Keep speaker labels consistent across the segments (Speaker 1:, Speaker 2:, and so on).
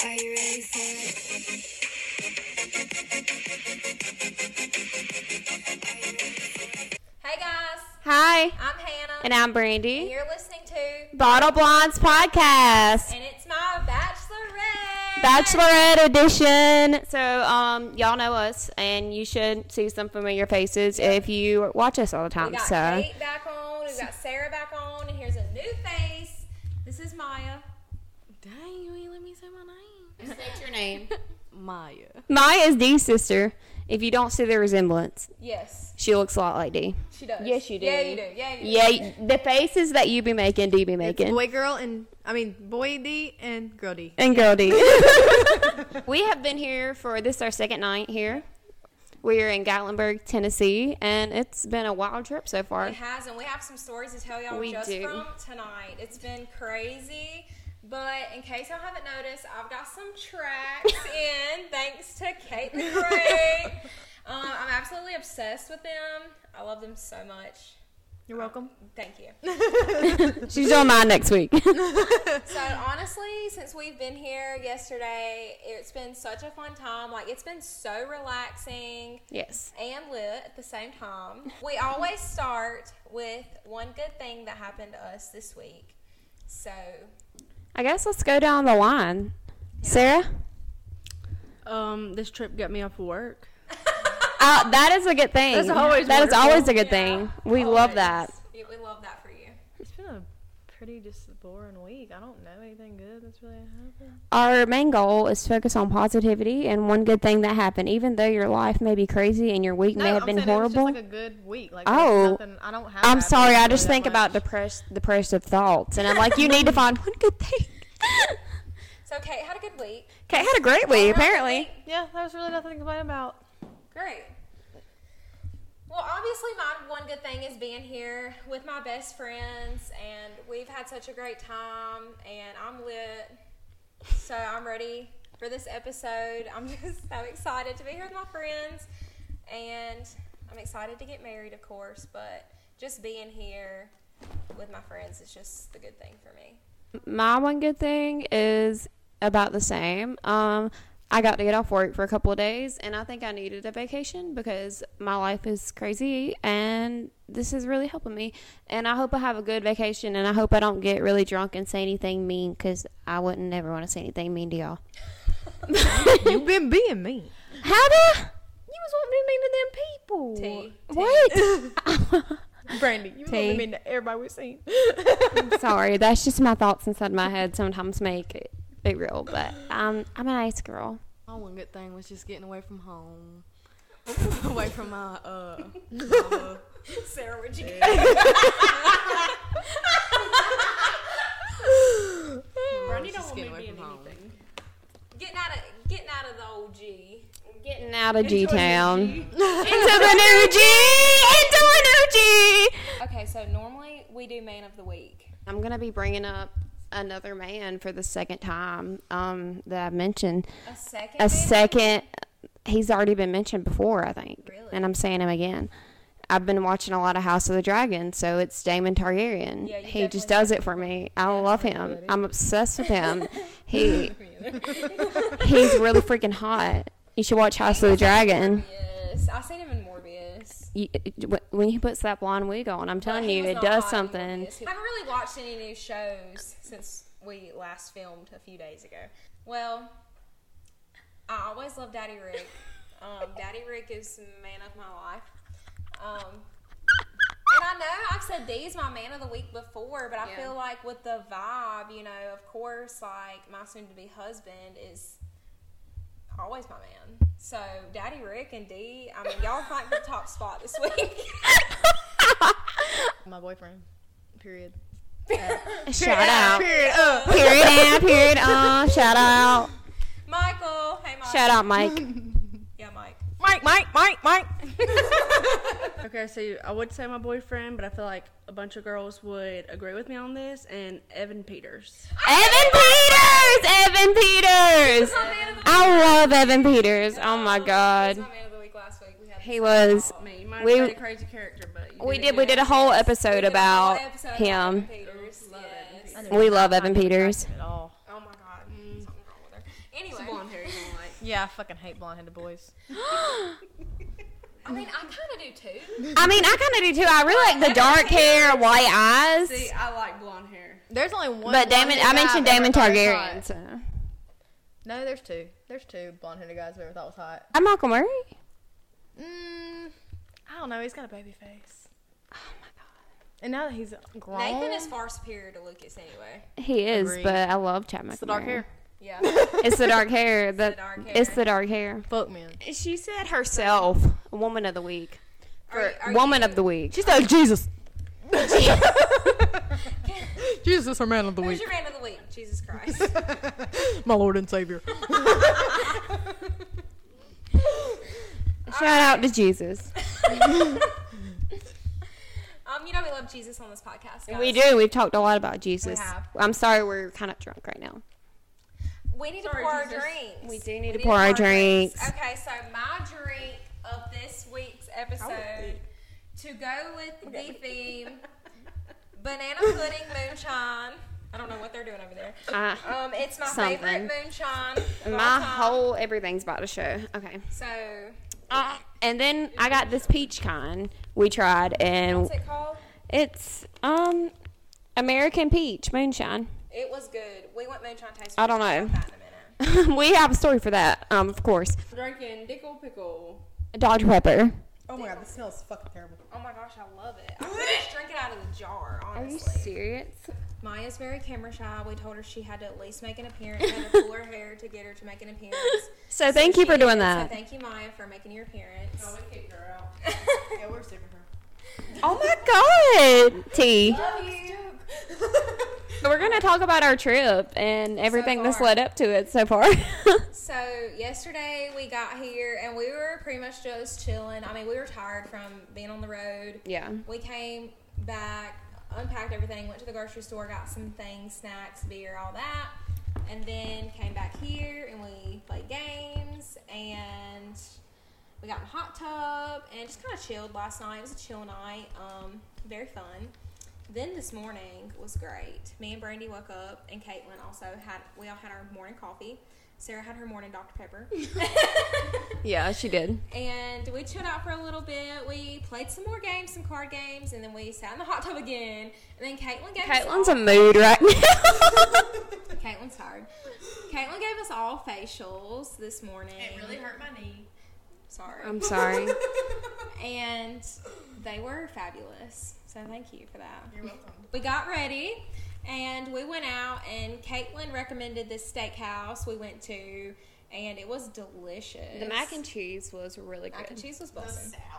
Speaker 1: Are you ready for it?
Speaker 2: Hey guys,
Speaker 3: Hi,
Speaker 2: I'm Hannah,
Speaker 3: and I'm
Speaker 2: and
Speaker 3: Brandy.
Speaker 2: you're listening to,
Speaker 3: Bottle Blondes Podcast,
Speaker 2: and it's my bachelorette.
Speaker 3: Bachelorette Edition. So, um, y'all know us, and you should see some familiar faces if you watch us all the
Speaker 2: We
Speaker 3: time.
Speaker 2: got
Speaker 3: So,
Speaker 2: Kate back on. We got Sarah back on, and here's a new face. This is Maya.
Speaker 4: Dang, you ain't let me say my name.
Speaker 5: State your name.
Speaker 4: Maya.
Speaker 3: Maya is Dee's sister. If you don't see the resemblance,
Speaker 2: Yes,
Speaker 3: she looks a lot like Dee.
Speaker 2: she does.
Speaker 3: Yes, you do.
Speaker 2: Yeah, you do. Yeah, you do.
Speaker 3: Yeah, the faces that you be making, Dee be making,
Speaker 4: Boy, girl, and I mean boy D and girl D.
Speaker 3: and girl Dee. we have been here for this is our second night here. We are in Gatlinburg, Tennessee, and it's been a wild trip so far.
Speaker 2: It has, and we have some stories to tell y'all
Speaker 3: We
Speaker 2: just
Speaker 3: do.
Speaker 2: from tonight. It's been crazy. But in case y'all haven't noticed, I've got some tracks in thanks to Kate the Great. Um, I'm absolutely obsessed with them. I love them so much.
Speaker 4: You're welcome.
Speaker 2: Thank you.
Speaker 3: She's on mine next week.
Speaker 2: So honestly, since we've been here yesterday, it's been such a fun time. Like it's been so relaxing
Speaker 3: yes.
Speaker 2: and lit at the same time. We always start with one good thing that happened to us this week. So
Speaker 3: I guess let's go down the line. Sarah?
Speaker 4: Um, this trip got me off of work.
Speaker 3: Uh, that is a good thing.
Speaker 4: That's always
Speaker 3: That is
Speaker 4: wonderful.
Speaker 3: always a good thing. We love that.
Speaker 2: Yeah, we love that for you.
Speaker 4: It's been a pretty just boring week. I don't know anything good that's really happened.
Speaker 3: Our main goal is to focus on positivity and one good thing that happened, even though your life may be crazy and your week may have been horrible.
Speaker 4: just like a good week. Like
Speaker 3: Oh.
Speaker 4: oh, nothing, I don't have.
Speaker 3: I'm
Speaker 4: that
Speaker 3: sorry, I
Speaker 4: really
Speaker 3: just
Speaker 4: that
Speaker 3: think about
Speaker 4: much.
Speaker 3: depressed, depressive thoughts, and I'm like, you need to find one good thing.
Speaker 2: So Kate had a good week.
Speaker 3: Kate had a great week,
Speaker 2: Had a good
Speaker 3: apparently.
Speaker 2: week.
Speaker 4: Yeah, there was really nothing to complain about.
Speaker 2: Great. Well, obviously, my one good thing is being here with my best friends, and we've had such a great time, and I'm lit. So I'm ready for this episode. I'm just so excited to be here with my friends, and I'm excited to get married, of course, but just being here with my friends is just the good thing for me.
Speaker 3: my one good thing is about the same. Um, I got to get off work for a couple of days, and I think I needed a vacation because my life is crazy, and this is really helping me. And I hope I have a good vacation, and I hope I don't get really drunk and say anything mean because I wouldn't never want to say anything mean to y'all.
Speaker 4: You've been being mean.
Speaker 3: How do you was wanting to be mean to
Speaker 2: Tea.
Speaker 3: them people? What?
Speaker 4: Brandy, you
Speaker 3: Tea.
Speaker 4: been mean to everybody we've seen.
Speaker 3: Sorry, that's just my thoughts inside my head. Sometimes make it, it real, but um, I'm a nice girl.
Speaker 6: My one good thing was just getting away from home, away from my uh. mama.
Speaker 2: Sarah, would you?
Speaker 6: Brandy don't want me being anything.
Speaker 2: Getting out of getting out of the old G.
Speaker 3: Getting out of G Town. Into the new G! Into the new G!
Speaker 2: Okay, so normally we do man of the week.
Speaker 3: I'm going to be bringing up another man for the second time um, that I've mentioned.
Speaker 2: A second.
Speaker 3: A
Speaker 2: man?
Speaker 3: second, he's already been mentioned before, I think.
Speaker 2: Really?
Speaker 3: And I'm saying him again. I've been watching a lot of House of the Dragon, so it's Damon Targaryen.
Speaker 2: Yeah, you
Speaker 3: he
Speaker 2: definitely-
Speaker 3: just does it for me. I love him. I'm obsessed with him. he he's really freaking hot. You should watch House of the Dragon.
Speaker 2: Morbius. I seen him in Morbius.
Speaker 3: you, it- when he puts that blonde wig on, I'm
Speaker 2: But
Speaker 3: telling
Speaker 2: he
Speaker 3: you,
Speaker 2: was
Speaker 3: it
Speaker 2: not
Speaker 3: does
Speaker 2: hot in
Speaker 3: something.
Speaker 2: Morbius. I haven't really watched any new shows since we last filmed a few days ago. Well, I always love Daddy Rick. Um, Daddy Rick is the man of my life. Um, and I know I've said Dee's my man of the week before, but I
Speaker 6: Yeah.
Speaker 2: feel like with the vibe, you know, of course, like my soon to be husband is always my man. So Daddy Rick and Dee, I mean, y'all fight for the top spot this week.
Speaker 4: My boyfriend. Period.
Speaker 3: Shout out.
Speaker 4: Period. Uh.
Speaker 3: Period. ah, Period. Uh, shout out.
Speaker 2: Michael. Hey, Mike.
Speaker 3: Shout out, Mike.
Speaker 2: Yeah, Mike.
Speaker 4: Mike, Mike, Mike, Mike. okay, so I would say my boyfriend, but I feel like a bunch of girls would agree with me on this. And Evan Peters.
Speaker 3: Evan Peters. Evan Peters.
Speaker 2: My man of the
Speaker 3: I love Evan Peters. Oh my
Speaker 2: He's
Speaker 3: God.
Speaker 2: my man of the week last week. We had
Speaker 3: He was.
Speaker 4: I mean, you might have
Speaker 3: We-
Speaker 4: played a crazy character, but you
Speaker 3: We
Speaker 4: it
Speaker 3: did. We did a whole episode about
Speaker 2: Whole episode about Evan
Speaker 3: him.
Speaker 2: Peters. Yes.
Speaker 3: We love Evan Peters.
Speaker 4: at all.
Speaker 2: Oh my God. Something wrong with her.
Speaker 4: the blonde hair you don't like?
Speaker 6: Yeah, I fucking hate blonde-headed boys.
Speaker 2: I mean, I kind of do too.
Speaker 3: I mean, I kind of do too. I really like the dark hair, white eyes.
Speaker 4: See, I like blonde hair.
Speaker 6: There's only one.
Speaker 3: but Damon, I
Speaker 6: blonde-headed guy
Speaker 3: mentioned
Speaker 6: I've
Speaker 3: Damon
Speaker 6: ever thought was
Speaker 3: Targaryen.
Speaker 6: hot.
Speaker 3: So.
Speaker 6: No, there's two. There's two blonde-headed guys I've ever thought was hot.
Speaker 3: I'm Michael Murray.
Speaker 6: Mm, I don't know. He's got a baby face. And now that he's grown,
Speaker 2: Nathan is far superior to Lucas anyway.
Speaker 3: He is,
Speaker 6: Agreed.
Speaker 3: but I love Chad McNamara.
Speaker 6: it's the dark hair.
Speaker 2: Yeah.
Speaker 3: It's the dark hair. The,
Speaker 2: dark
Speaker 3: it's
Speaker 2: hair.
Speaker 3: the dark hair.
Speaker 6: Fuck man.
Speaker 3: She said herself, "Woman of the week."
Speaker 2: Are you- are
Speaker 3: Woman
Speaker 2: you-
Speaker 3: of the week.
Speaker 6: She said Jesus. Jesus is her man of the
Speaker 2: Who's your man of the week? Jesus Christ.
Speaker 6: My Lord and Savior.
Speaker 3: Shout out to Jesus.
Speaker 2: um, you know we love Jesus on this podcast. Guys.
Speaker 3: We do. We've talked a lot about Jesus.
Speaker 2: have.
Speaker 3: I'm sorry, we're kind of drunk right now.
Speaker 2: We need
Speaker 4: Sorry,
Speaker 2: to pour
Speaker 4: Jesus.
Speaker 2: our drinks.
Speaker 3: We do need to pour our drinks.
Speaker 2: Okay, so my drink of this week's episode to go with the theme banana pudding moonshine. I don't know what they're doing over there.
Speaker 3: Uh,
Speaker 2: Um, it's my
Speaker 3: Something.
Speaker 2: favorite moonshine. of all
Speaker 3: my
Speaker 2: time.
Speaker 3: whole everything's about to show. Okay.
Speaker 2: So
Speaker 3: Uh, and then I got this peach kind we tried, and
Speaker 2: what's it called?
Speaker 3: it's um American peach moonshine.
Speaker 2: It was good. We went moonshine tasting.
Speaker 3: I don't
Speaker 2: We'll talk
Speaker 3: know.
Speaker 2: about that in a minute.
Speaker 3: we have a story for that, um, of course.
Speaker 4: I'm drinking Dickle Pickle.
Speaker 3: Dodge Pepper.
Speaker 1: Oh my god, this smells fucking terrible.
Speaker 2: Oh my gosh, I love it. I would just drink it out of the jar,
Speaker 3: Are you
Speaker 2: honestly.
Speaker 3: serious?
Speaker 2: Maya's very camera shy. We told her she had to at least make an appearance. We had to pull her hair to get her to make an appearance.
Speaker 3: So thank you
Speaker 2: She
Speaker 3: for doing
Speaker 2: did,
Speaker 3: that.
Speaker 2: So thank you, Maya, for making your appearance.
Speaker 4: Oh, we kicked her out.
Speaker 1: Yeah, we're sick of her.
Speaker 3: Oh my God, T.
Speaker 2: Love you.
Speaker 3: So We're gonna talk about our trip and everything that's
Speaker 2: far.
Speaker 3: led up to it so far.
Speaker 2: So yesterday we got here and we were pretty much just chilling. I mean, we were tired from being on the road.
Speaker 3: yeah.
Speaker 2: We came back, unpacked everything, went to the grocery store, got some things, snacks, beer, all that, and then came back here and we played games and we got in the hot tub and just kind of chilled last night. It was a chill night, um, very fun. Then this morning was great. Me and Brandy woke up and Caitlin also had. We all had our morning coffee. Sarah had her morning Dr Pepper.
Speaker 3: Yeah, she did.
Speaker 2: and we chilled out for a little bit. We played some more games, some card games, and then we sat in the hot tub again. And then Caitlin gave us
Speaker 3: Caitlin's a mood right now.
Speaker 2: all, Caitlin's tired. Caitlin gave us all facials this morning.
Speaker 1: It really hurt my knee.
Speaker 2: Sorry,
Speaker 3: I'm sorry.
Speaker 2: and they were fabulous. So thank you for that.
Speaker 1: You're welcome.
Speaker 2: We got ready. And we went out, and Caitlin recommended this steakhouse we went to, and it was delicious.
Speaker 3: The mac and cheese was really
Speaker 2: mac and
Speaker 3: good.
Speaker 2: cheese was
Speaker 1: The
Speaker 2: busting.
Speaker 1: salad.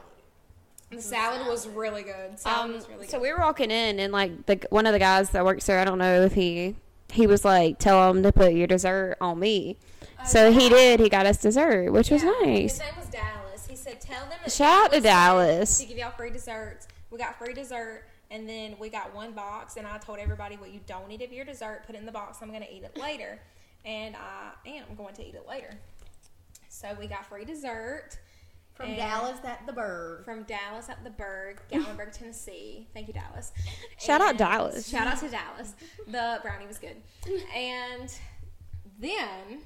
Speaker 2: The salad was really good. Salad
Speaker 3: Um,
Speaker 2: was really good.
Speaker 3: so we were walking in, and like the one of the guys that works there, I don't know if he he was like, tell him to put your dessert on me. so he did. He got us dessert, which was
Speaker 2: Yeah,
Speaker 3: nice.
Speaker 2: His name was Dallas. He said, "Tell them." that
Speaker 3: Shout out to Dallas.
Speaker 2: said To give y'all free desserts, we got free dessert, and then we got one box. And I told everybody what you don't eat of your dessert, put it in the box. I'm going to eat it later, and I am going to eat it later. So we got free dessert
Speaker 1: From
Speaker 2: And-
Speaker 1: Dallas at the Bird.
Speaker 2: from Dallas at the Berg, Gallenberg, Tennessee. Thank you, Dallas.
Speaker 3: Shout out
Speaker 2: And-
Speaker 3: Dallas.
Speaker 2: Shout out to Dallas. The brownie was good. And then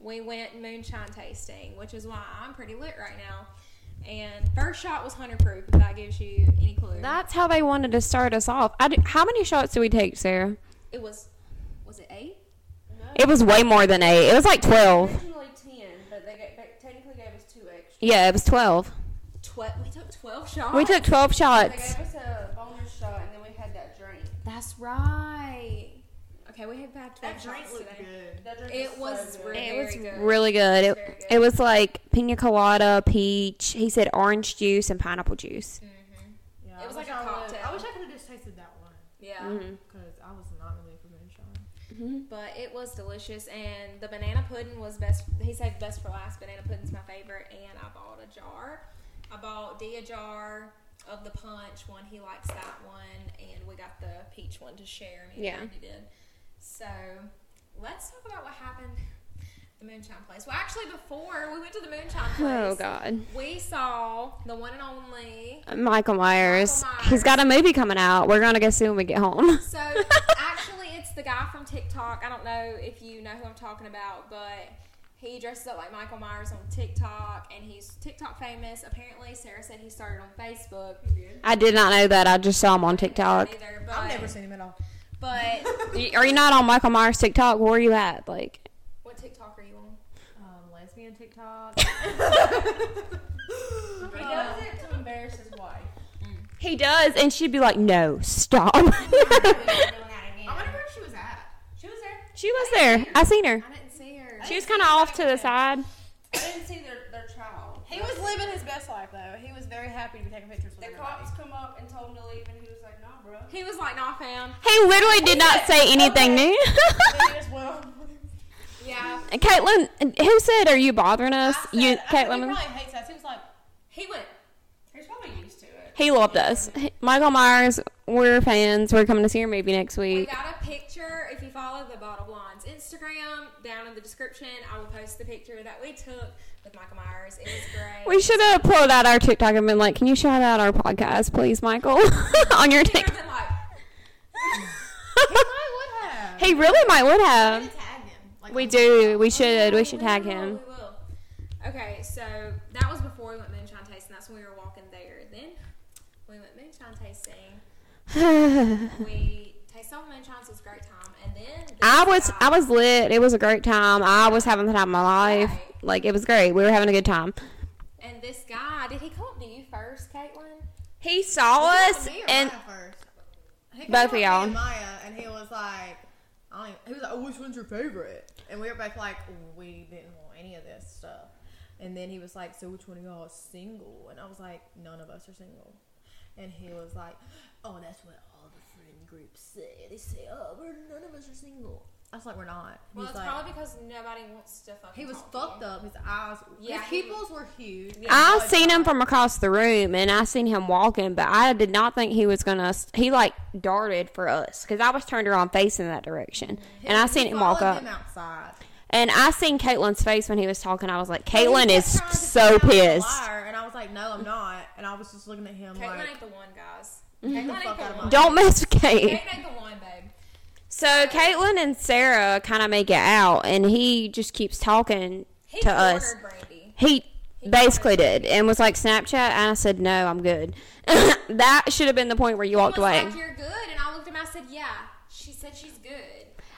Speaker 2: we went moonshine tasting, which is why I'm pretty lit right now. And first shot was 100 proof, if that gives you any clue.
Speaker 3: That's how they wanted to start us off. I d how many shots did we take, Sarah?
Speaker 2: it was, was it eight?
Speaker 3: It was way more than eight. It was like twelve.
Speaker 4: Originally 10, but they, ga- they technically gave us two extra.
Speaker 3: Yeah, it was twelve.
Speaker 2: Twelve. We took 12 shots.
Speaker 3: We took twelve
Speaker 4: They
Speaker 3: shots.
Speaker 4: gave us a bonus shot, and then we had that drink.
Speaker 2: That's right. Okay, we had back to
Speaker 1: That
Speaker 2: back shots
Speaker 1: drink looked
Speaker 2: today.
Speaker 1: good.
Speaker 4: That drink
Speaker 2: It was
Speaker 4: so good.
Speaker 2: really,
Speaker 3: It was
Speaker 2: good.
Speaker 3: really good. It,
Speaker 2: Very good.
Speaker 3: it was like pina colada, peach. He said orange juice and pineapple juice.
Speaker 1: Yeah,
Speaker 2: It was
Speaker 1: I wish
Speaker 2: like a
Speaker 1: I would've-
Speaker 2: cocktail.
Speaker 1: I wish I could have just tasted that one
Speaker 2: Yeah.
Speaker 3: Mm-hmm.
Speaker 1: because I was not really for moonshine.
Speaker 2: But it was delicious, and the banana pudding was best. He said best for last. Banana pudding's my favorite, and I bought a jar. I bought D a jar of the punch one. He likes that one, and we got the peach one to share. Me and
Speaker 3: Yeah.
Speaker 2: Brandy did. So let's talk about what happened. at The moonshine place. Well, actually, before we went to the moonshine place,
Speaker 3: Oh God,
Speaker 2: we saw the one and only.
Speaker 3: Michael Myers.
Speaker 2: Michael
Speaker 3: He's got a movie coming out. We're gonna go see when we get home.
Speaker 2: So actually, it's the guy from TikTok. I don't know if you know who I'm talking about, but He dresses up like Michael Myers on TikTok, and he's TikTok famous. Apparently, Sarah said he started on Facebook.
Speaker 3: I did not know that. I just saw him on TikTok.
Speaker 2: Either, but,
Speaker 1: I've never seen him at all.
Speaker 2: But
Speaker 3: Y- Are you not on Michael Myers TikTok? Where are you at? Like,
Speaker 2: what TikTok are you on?
Speaker 1: Um, lesbian TikTok.
Speaker 6: He does it to embarrass his wife.
Speaker 3: he does, and she'd be like, "No, stop."
Speaker 1: I wonder where she was at.
Speaker 6: She was there.
Speaker 3: she was there. I seen her.
Speaker 2: I didn't see her.
Speaker 3: She was kind of off to the side.
Speaker 6: I didn't see their, their trial. He was living his best life though. He was very happy to be taking pictures with
Speaker 4: The cops come up and told him to leave, and he was like, "Nah, bro."
Speaker 2: He was like, "Nah, fam."
Speaker 3: He literally did not say anything new.
Speaker 6: everybody as well.
Speaker 2: Yeah,
Speaker 3: And Caitlin, who said, "Are you bothering us?"
Speaker 6: I said-
Speaker 3: you,
Speaker 6: I said, He
Speaker 3: Caitlin.
Speaker 6: probably hates us. He was like,
Speaker 2: he went.
Speaker 4: He's probably used to it.
Speaker 3: He loved us. He- Michael Myers, we're fans. We're coming to see your movie next
Speaker 2: We
Speaker 3: week.
Speaker 2: got a picture. If you follow the Bottle Blondes Instagram, down in the description, I will post the picture that we took with Michael Myers. It was great.
Speaker 3: We should have pulled out our TikTok and been like, "Can you shout out our podcast, please, Michael, on
Speaker 2: He
Speaker 3: your
Speaker 2: would've
Speaker 3: TikTok?"
Speaker 2: been like,
Speaker 1: I would have.
Speaker 3: he really might would
Speaker 1: We
Speaker 3: have.
Speaker 1: need to tag him. Like,
Speaker 3: We
Speaker 1: on-
Speaker 3: do. We should. We should
Speaker 2: will,
Speaker 3: tag him.
Speaker 2: We will. Okay, so that was before we went moonshine tasting. That's when we were walking there. Then we went moonshine tasting. we tasted all the moonshines. It was a great time. And then this
Speaker 3: I was
Speaker 2: guy-
Speaker 3: I was lit. It was a great time. I was having the time of my life.
Speaker 2: Right.
Speaker 3: Like it was great. We were having a good time.
Speaker 2: And this guy, did he come up to you first, Caitlin?
Speaker 3: He saw
Speaker 1: He
Speaker 3: us
Speaker 1: called me or
Speaker 3: and
Speaker 1: Maya first? He called
Speaker 3: Both of
Speaker 1: me
Speaker 3: y'all.
Speaker 1: and Maya, and he was like, I don't even, he was like, oh, which one's your favorite? And we were both like, we didn't want any of this stuff. And then he was like, so which one of y'all is single? And I was like, none of us are single. And he was like, oh, that's what all the friend groups say. They say, oh, we're none of us are single. I was like, we're not. And he's
Speaker 2: Well, it's
Speaker 1: like,
Speaker 2: probably because nobody wants to fucking.
Speaker 1: he was
Speaker 2: talk to you.
Speaker 1: fucked up. His eyes,
Speaker 2: Yeah,
Speaker 1: his
Speaker 2: he-
Speaker 1: pupils were huge.
Speaker 3: I seen him from across the room and I seen him walking, but I did not think he was gonna. s- He like darted for us because I was turned around facing that direction, and I
Speaker 1: He
Speaker 3: seen him walk
Speaker 1: followed
Speaker 3: up.
Speaker 1: Him outside.
Speaker 3: And I seen Caitlin's face when he was talking. I was like,
Speaker 1: He
Speaker 3: Caitlin
Speaker 1: kept
Speaker 3: is
Speaker 1: trying to
Speaker 3: so
Speaker 1: tell me I was a
Speaker 3: pissed.
Speaker 1: liar, and I was like, no, I'm not. And I was just looking at him
Speaker 2: Caitlin
Speaker 1: like,
Speaker 2: ain't the one, guys. Caitlin
Speaker 1: fuck
Speaker 2: ain't the
Speaker 1: out of my
Speaker 2: one.
Speaker 3: Don't mess with Kate.
Speaker 2: Caitlin ain't the one, babe.
Speaker 3: So Caitlin and Sarah kind of make it out, and he just keeps talking
Speaker 2: He
Speaker 3: to
Speaker 2: cornered
Speaker 3: us.
Speaker 2: Brandy.
Speaker 3: He basically did, and was like Snapchat. And I said, "No, I'm good." that should have been the point where you
Speaker 2: He
Speaker 3: walked
Speaker 2: was
Speaker 3: away.
Speaker 2: like, "You're good," and I looked at him. I said, "Yeah." She said she's good.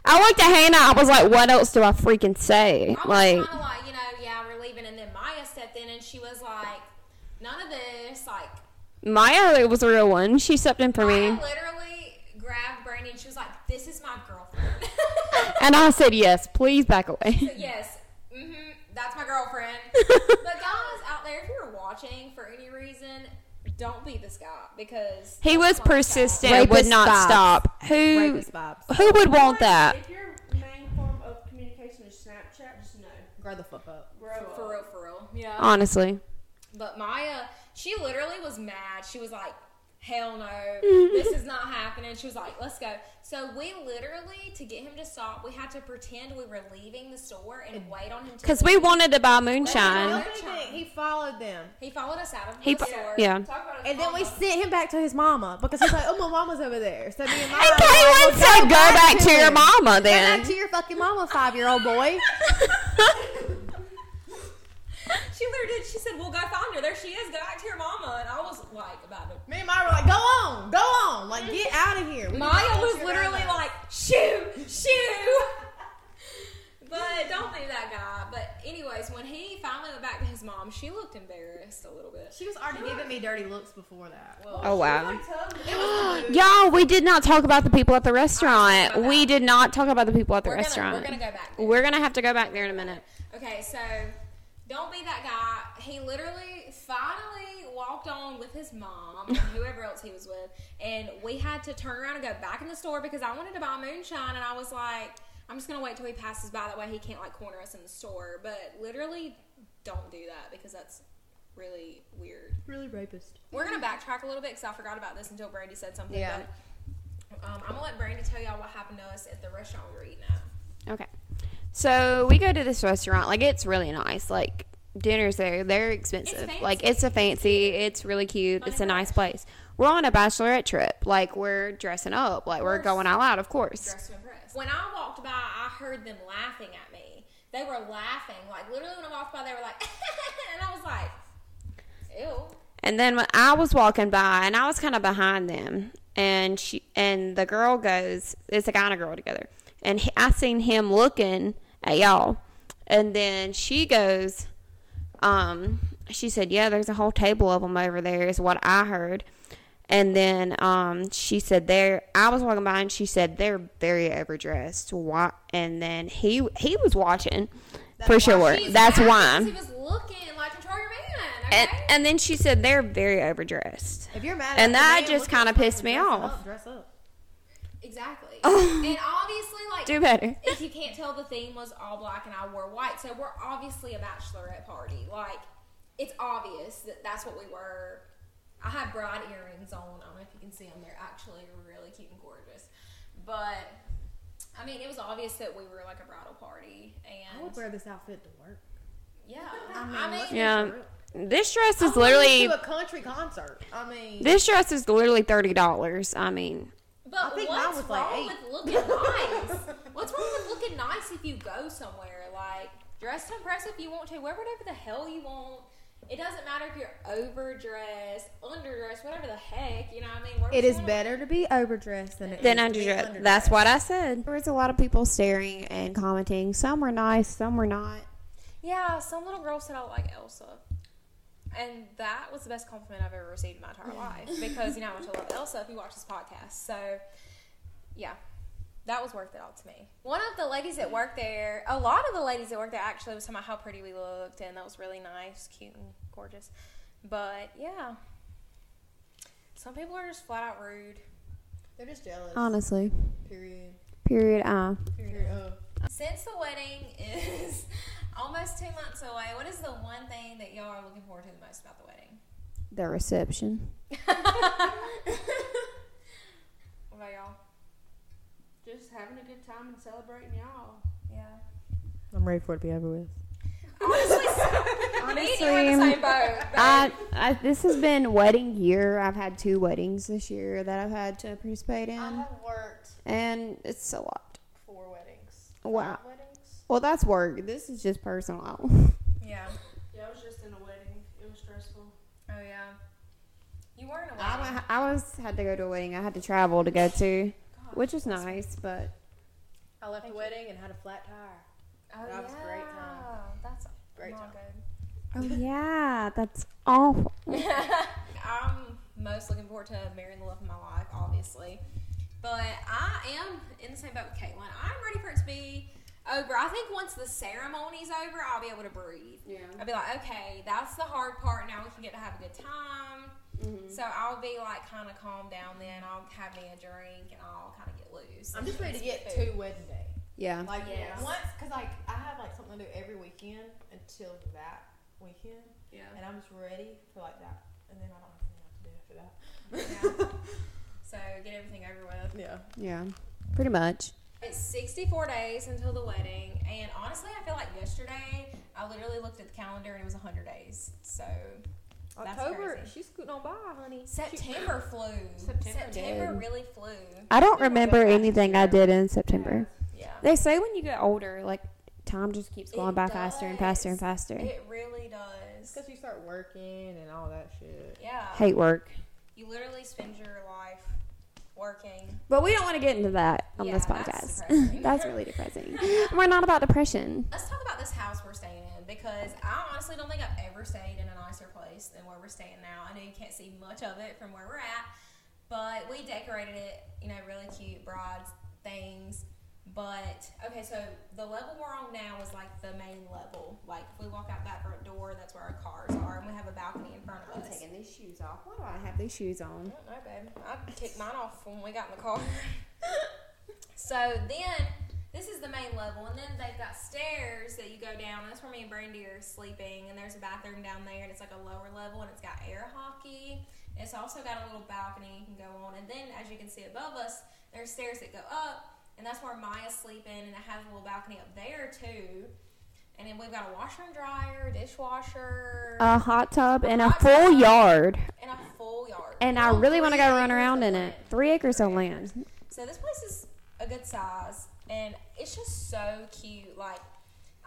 Speaker 3: I looked at Hannah. I was like, "What else do I freaking say?"
Speaker 2: I was
Speaker 3: Like,
Speaker 2: kind of like, you know, yeah, we're leaving, and then Maya stepped in, and she was like, "None of this." Like,
Speaker 3: Maya was a real one. She stepped in for
Speaker 2: Maya
Speaker 3: me,
Speaker 2: literally grabbed Brandy, and she was like, "This is my girlfriend."
Speaker 3: and I said, "Yes, please back away."
Speaker 2: yes. Mm-hmm. That's my girlfriend. but guys out there, if you're watching for any reason, don't be this guy because
Speaker 3: He was
Speaker 2: Oh my God.
Speaker 3: persistent, would
Speaker 1: Rapist
Speaker 3: not
Speaker 1: vibes.
Speaker 3: stop. Who,
Speaker 1: rapist vibes.
Speaker 3: who would want that?
Speaker 4: If your main form of communication is Snapchat, just no.
Speaker 1: Grow the fuck up.
Speaker 4: Grow up.
Speaker 2: For real, for real. Yeah.
Speaker 3: Honestly,
Speaker 2: But Maya, she literally was mad. She was like, hell no, this is not happening. She was like, let's go. So we literally, to get him to stop, we had to pretend we were leaving the store and wait on him to
Speaker 3: because we wanted to buy
Speaker 1: I
Speaker 3: moonshine.
Speaker 1: don't think He followed them,
Speaker 2: He followed us out of
Speaker 3: He,
Speaker 2: the
Speaker 3: fu-
Speaker 2: store.
Speaker 3: yeah.
Speaker 4: Talk about
Speaker 1: and then we sent him back to his mama because he's like, "Oh, my mama's over there." So me and my
Speaker 3: And Caitlin said, "Go back to your
Speaker 1: him.
Speaker 3: mama."
Speaker 1: Go back
Speaker 3: Then
Speaker 1: to your fucking mama, five year old boy.
Speaker 2: She literally did. She said, we'll go find her. There she is. Go back to your mama. And I was like, about to.
Speaker 1: Me and Maya were like, "Go on, go on, like get out of here." We
Speaker 2: Maya
Speaker 1: don't want
Speaker 2: was
Speaker 1: your
Speaker 2: literally
Speaker 1: grandma."
Speaker 2: like, shoo, shoo. but don't be that guy. But, anyways, when he finally went back to his mom, she looked embarrassed a little bit.
Speaker 1: "She was already giving me dirty looks before that."
Speaker 3: oh wow,
Speaker 1: It was the mood.
Speaker 3: y'all, we did not talk about the people at the restaurant. We did not talk about the people at the
Speaker 2: We're gonna,
Speaker 3: restaurant.
Speaker 2: we're gonna go back. there.
Speaker 3: We're gonna have to go back there in a minute.
Speaker 2: Okay, so don't be that guy. He literally finally walked on with his mom and whoever else he was with, and we had to turn around and go back in the store because I wanted to buy moonshine, and I was like, I'm just gonna wait till he passes by. That way he can't like corner us in the store. But literally, don't do that because that's really weird.
Speaker 1: really rapist.
Speaker 2: We're gonna backtrack a little bit because I forgot about this until Brandy said something.
Speaker 1: Yeah.
Speaker 2: But, um, I'm gonna let Brandy tell y'all what happened to us at the restaurant we were eating at.
Speaker 3: Okay, so we go to this restaurant. Like it's really nice. Like dinners there, they're expensive.
Speaker 2: fancy.
Speaker 3: like it's a fancy. It's really cute. It's a nice place. We're on a bachelorette trip. Like we're dressing up. Like we're going all out, of course.
Speaker 2: Dressed to impress. When I walked by, I heard them laughing at me. They were laughing. Like, literally, when I walked by, they were like, and I was like, ew.
Speaker 3: And then when I was walking by, and I was kind of behind them, and she and the girl goes, it's a guy and a girl together, and he, I seen him looking at y'all, and then she goes, um, she said, yeah, there's a whole table of them over there, is what I heard, and then um, she said, there, I was walking by, and she said, they're very overdressed, why? And then he he was watching, for sure,
Speaker 2: She's
Speaker 3: that's
Speaker 2: laughing
Speaker 3: why.
Speaker 2: 'cause He was looking like control your man. Okay?
Speaker 3: And, and then she said they're very overdressed.
Speaker 1: If you're mad,
Speaker 3: And
Speaker 1: at
Speaker 3: that
Speaker 1: a man
Speaker 3: just
Speaker 1: looking
Speaker 3: kinda
Speaker 1: at you,
Speaker 3: pissed me
Speaker 1: dress
Speaker 3: off.
Speaker 1: Up, dress up.
Speaker 2: exactly. and obviously, like,
Speaker 3: Do better.
Speaker 2: if you can't tell, the theme was all black and I wore white. So we're obviously a bachelorette party. Like, it's obvious that that's what we were. I had bride earrings on. I don't know if you can see them. They're actually really cute and gorgeous. But, I mean, it was obvious that we were like a bridal party.
Speaker 1: I would
Speaker 2: And,
Speaker 1: wear this outfit to work.
Speaker 2: yeah. I mean,
Speaker 3: Yeah. This dress is
Speaker 1: I wanna
Speaker 3: literally
Speaker 1: go to a country concert. I mean,
Speaker 3: this dress is literally thirty dollars. I mean,
Speaker 2: But
Speaker 1: I think mine
Speaker 2: what's
Speaker 1: was, like,
Speaker 2: wrong
Speaker 1: eight.
Speaker 2: with looking nice? what's wrong with looking nice if you go somewhere? Like, dress to impress if you want to. Wear whatever the hell you want. It doesn't matter if you're overdressed, underdressed, whatever the heck. You know what I mean? Wear what
Speaker 1: it
Speaker 2: you
Speaker 1: is
Speaker 2: wanna-
Speaker 1: better to be overdressed than it
Speaker 3: then
Speaker 1: is to be
Speaker 3: underdress. That's what I said. There was a lot of people staring and commenting. Some were nice, some were not.
Speaker 2: Yeah, some little girl said I look like Elsa. And that was the best compliment I've ever received in my entire life because you know how much I love Elsa if you watch this podcast. So, yeah, that was worth it all to me. One of the ladies that worked there, a lot of the ladies that worked there actually was talking about how pretty we looked, and that was really nice, cute, and gorgeous. But yeah, some people are just flat out rude.
Speaker 1: They're just jealous.
Speaker 3: Honestly,
Speaker 1: Period.
Speaker 3: period. I
Speaker 1: Period. Uh,
Speaker 2: Since the wedding is almost two months away, what is the one thing that y'all are looking forward to the most about the wedding?
Speaker 3: the reception.
Speaker 2: What about y'all?
Speaker 4: Just having a good time and celebrating y'all.
Speaker 2: Yeah.
Speaker 1: I'm ready for it to be over with.
Speaker 2: Honestly, honestly, we're in the same boat.
Speaker 3: I, I this has been wedding year. I've had two weddings this year that I've had to participate
Speaker 6: I
Speaker 3: in,
Speaker 6: have worked
Speaker 3: and it's a lot.
Speaker 6: four weddings.
Speaker 3: Wow.
Speaker 6: Weddings.
Speaker 3: Well, that's work. This is just personal.
Speaker 2: yeah.
Speaker 4: Yeah, I was just in a wedding. It was stressful.
Speaker 2: Oh yeah. You weren't a
Speaker 3: I,
Speaker 2: wedding.
Speaker 3: went- I was had to go to a wedding. I had to travel to go to, which is nice, but
Speaker 6: I left
Speaker 2: Thank
Speaker 6: the
Speaker 2: you.
Speaker 6: wedding and had a flat tire.
Speaker 2: Oh,
Speaker 6: That was a great time.
Speaker 2: yeah. That's
Speaker 6: Great
Speaker 2: not
Speaker 6: time.
Speaker 2: good.
Speaker 3: oh yeah, that's awful.
Speaker 2: I'm most looking forward to marrying the love of my life, obviously. But I am in the same boat with Caitlin. I'm ready for it to be over. I think once the ceremony's over, I'll be able to breathe.
Speaker 3: Yeah.
Speaker 2: I'll be like, okay, that's the hard part. Now we can get to have a good time. So I'll be like kind of calm down then. I'll have me a drink and I'll kind of get loose.
Speaker 1: I'm just ready to get to wedding day.
Speaker 3: Yeah.
Speaker 1: Like
Speaker 2: Yes.
Speaker 1: once, cause like I have like something to do every weekend until that weekend,
Speaker 4: Yeah.
Speaker 1: and I'm just ready for like that, and then I don't have anything else to do after
Speaker 2: Yeah. So get everything over with.
Speaker 1: that. yeah.
Speaker 3: Yeah. Pretty much.
Speaker 2: It's 64 days until the wedding, and honestly, I feel like yesterday I literally looked at the calendar and it was 100 days. So That's
Speaker 1: October,
Speaker 2: crazy.
Speaker 1: she's scooting on by, honey.
Speaker 2: September flew.
Speaker 1: September
Speaker 3: did.
Speaker 2: really flew.
Speaker 3: I don't remember anything I did in September.
Speaker 2: Yeah,
Speaker 3: They say when you get older, like time just keeps
Speaker 2: It
Speaker 3: going by faster and faster and
Speaker 2: does.
Speaker 3: faster.
Speaker 2: it really does.
Speaker 1: Because you start working and all that shit.
Speaker 2: Yeah,
Speaker 3: Hate work.
Speaker 2: you literally spend your life working.
Speaker 3: But we don't want to get into that on this
Speaker 2: Yeah,
Speaker 3: podcast.
Speaker 2: that's
Speaker 3: That's,
Speaker 2: depressing.
Speaker 3: really depressing. We're not about depression.
Speaker 2: Let's talk about this house we're staying in because I honestly don't think I've ever stayed in a nicer place than where we're staying now. I know you can't see much of it from where we're at, but we decorated it, you know, really cute brides things. But okay, so the level we're on now is like the main level. Like if we walk out that front door, that's where our cars are, and we have a balcony in front of us.
Speaker 3: these shoes off. Why do I have these shoes on?
Speaker 2: I don't know, babe. Oh, I kicked mine off when we got in the car. so then, this is the main level, and then they've got stairs that you go down. That's where me and Brandy are sleeping, and there's a bathroom down there, and it's like a lower level, and it's got air hockey. It's also got a little balcony you can go on, and then as you can see above us, there's stairs that go up, and that's where Maya's sleeping, and it has a little balcony up there too. And then we've got a washer and dryer, dishwasher,
Speaker 3: A hot tub and a
Speaker 2: Hot
Speaker 3: full
Speaker 2: tub.
Speaker 3: yard.
Speaker 2: and a full yard.
Speaker 3: And I
Speaker 2: On
Speaker 3: really want to
Speaker 2: three
Speaker 3: go run
Speaker 2: acres
Speaker 3: around
Speaker 2: of
Speaker 3: in
Speaker 2: land.
Speaker 3: it. Three acres of land.
Speaker 2: So this place is a good size, and it's just so cute. Like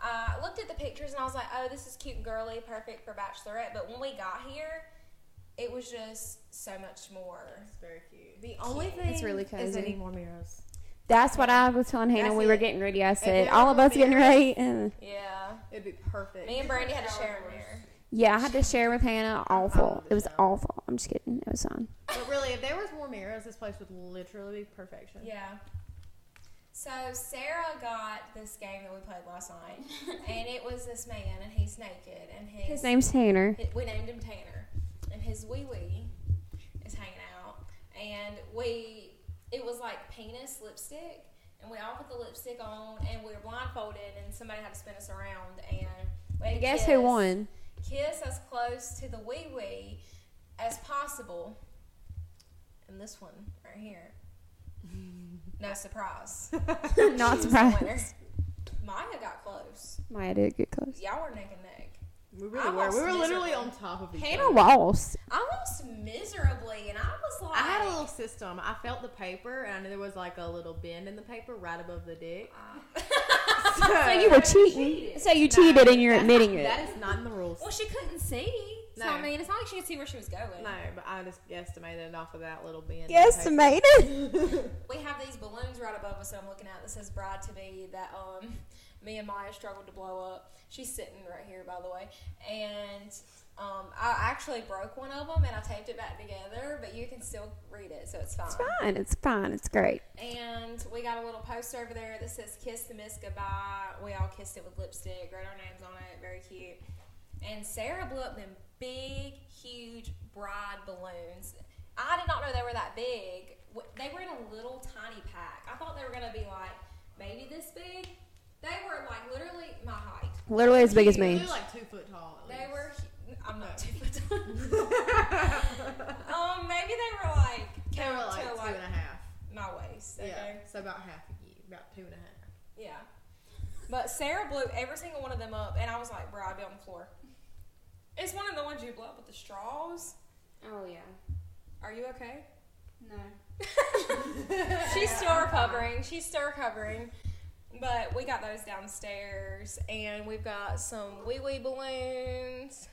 Speaker 2: Uh, I looked at the pictures and I was like, oh, this is cute and girly, perfect for bachelorette. But when we got here, it was just so much more.
Speaker 1: It's very cute.
Speaker 2: The only thing
Speaker 3: It's really
Speaker 1: Is
Speaker 3: cozy.
Speaker 1: there any more mirrors?
Speaker 3: That's what I was telling Hannah
Speaker 2: That's
Speaker 3: when we were
Speaker 2: it.
Speaker 3: getting ready. I said,
Speaker 1: there
Speaker 3: all of
Speaker 1: were
Speaker 3: us getting
Speaker 1: mirrors-
Speaker 3: ready. And
Speaker 2: yeah.
Speaker 1: It'd be perfect.
Speaker 2: Me and Brandy had to share a mirror.
Speaker 3: yeah, I had to share with Hannah. Awful. It was awful. I'm just kidding. It was fine.
Speaker 1: But really, if there was more mirrors, this place would literally be perfection.
Speaker 2: Yeah. So Sarah got this game that we played last night, and it was this man, and he's naked, and his,
Speaker 3: His name's Tanner.
Speaker 2: hi- we named him Tanner, and his wee wee is hanging out, and we it was like penis lipstick, and we all put the lipstick on, and we were blindfolded, and somebody had to spin us around, and we had to
Speaker 3: Guess
Speaker 2: kiss-
Speaker 3: who won?
Speaker 2: Kiss as close to the wee wee as possible, and this one right here. No surprise.
Speaker 3: Not
Speaker 2: The winner.
Speaker 3: surprised.
Speaker 2: Maya got close.
Speaker 3: Maya did get close.
Speaker 2: Y'all were neck and neck.
Speaker 1: We
Speaker 2: I
Speaker 1: really were. We
Speaker 2: lost
Speaker 1: were literally
Speaker 2: miserably.
Speaker 1: on top of each
Speaker 3: Hannah
Speaker 1: other.
Speaker 3: lost.
Speaker 2: I lost miserably, and I was like,
Speaker 1: I had a little system. I felt the paper, and I knew there was like a little bend in the paper right above the dick.
Speaker 3: So you were cheating. So you cheated and you're admitting it.
Speaker 1: That is not in the rules.
Speaker 2: Well, she couldn't see. So I
Speaker 1: No.
Speaker 2: mean, it's not like she could see where she was going.
Speaker 1: No, but I just guesstimated it off of that little bend. in the
Speaker 3: Yes,
Speaker 1: paper.
Speaker 3: made it.
Speaker 2: We have these balloons right above us. that I'm looking at that says "bride to be" that um me and Maya struggled to blow up. She's sitting right here, by the way, and. Um, I actually broke one of them and I taped it back together, but you can still read it, so it's fine.
Speaker 3: Fine, it's fine, it's great.
Speaker 2: And we got a little poster over there that says "Kiss the Miss Goodbye." We all kissed it with lipstick, wrote our names on it, very cute. And Sarah blew up them big, huge bride balloons. I did not know they were that big. W- They were in a little tiny pack. I thought they were gonna be like maybe this big. They were like literally my height.
Speaker 3: Literally as big as
Speaker 1: You
Speaker 3: me.
Speaker 1: were, like two foot tall. at
Speaker 2: They
Speaker 1: least.
Speaker 2: were. hu- I'm not too Um, maybe they were like
Speaker 1: They were
Speaker 2: count
Speaker 1: like
Speaker 2: to
Speaker 1: two
Speaker 2: like
Speaker 1: and a half.
Speaker 2: my waist. Okay?
Speaker 1: Yeah, so about half of you, about two and a half.
Speaker 2: Yeah. But Sarah blew every single one of them up, and I was like, bro, I'd be on the floor. It's one of the ones you blow up with the straws.
Speaker 3: Oh yeah.
Speaker 2: Are you okay?
Speaker 3: No.
Speaker 2: She's still recovering. She's still recovering. But we got those downstairs, and we've got some wee wee balloons,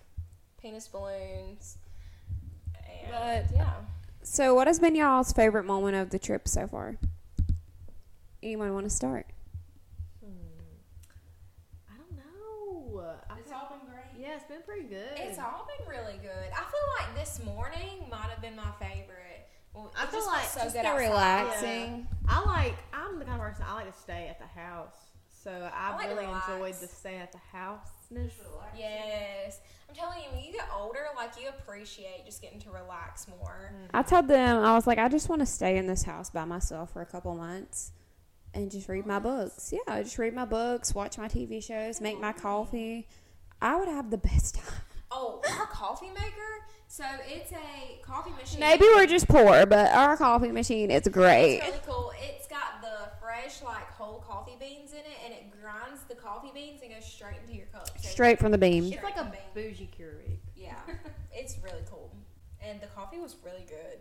Speaker 2: penis balloons. And
Speaker 3: But-
Speaker 2: yeah.
Speaker 3: So what has been y'all's favorite moment of the trip so far? Anyone want to start?
Speaker 1: I don't know. I got-
Speaker 2: all been great.
Speaker 1: yeah, it's been pretty good.
Speaker 2: It's all been really good. I feel like this morning might have been my favorite. Well,
Speaker 1: I
Speaker 2: it
Speaker 1: feel
Speaker 2: just
Speaker 1: like
Speaker 2: felt so
Speaker 3: just
Speaker 2: good
Speaker 3: the
Speaker 2: outside.
Speaker 3: relaxing.
Speaker 1: I like. I'm the kind of person I like to stay at the house, so I,
Speaker 2: I like to
Speaker 1: really
Speaker 2: relax.
Speaker 1: enjoyed the stay at the house.
Speaker 2: Yes. I'm telling you, when you get older, like you appreciate just getting to relax more.
Speaker 3: I told them I was like, I just want to stay in this house by myself for a couple months and just read my books. Yeah, just read my books, watch my TV shows, make my coffee. I would have the best time.
Speaker 2: Oh, our coffee maker. So it's a coffee machine.
Speaker 3: Maybe we're just poor, but our coffee machine is great.
Speaker 2: It's really cool. It's got the fresh, like whole coffee beans in it, and it grinds the coffee beans and goes straight into your cup. So,
Speaker 3: Straight from the beam.
Speaker 1: It's like a
Speaker 2: Right.
Speaker 1: bougie Keurig.
Speaker 2: Yeah, it's really cool. And the coffee was really good.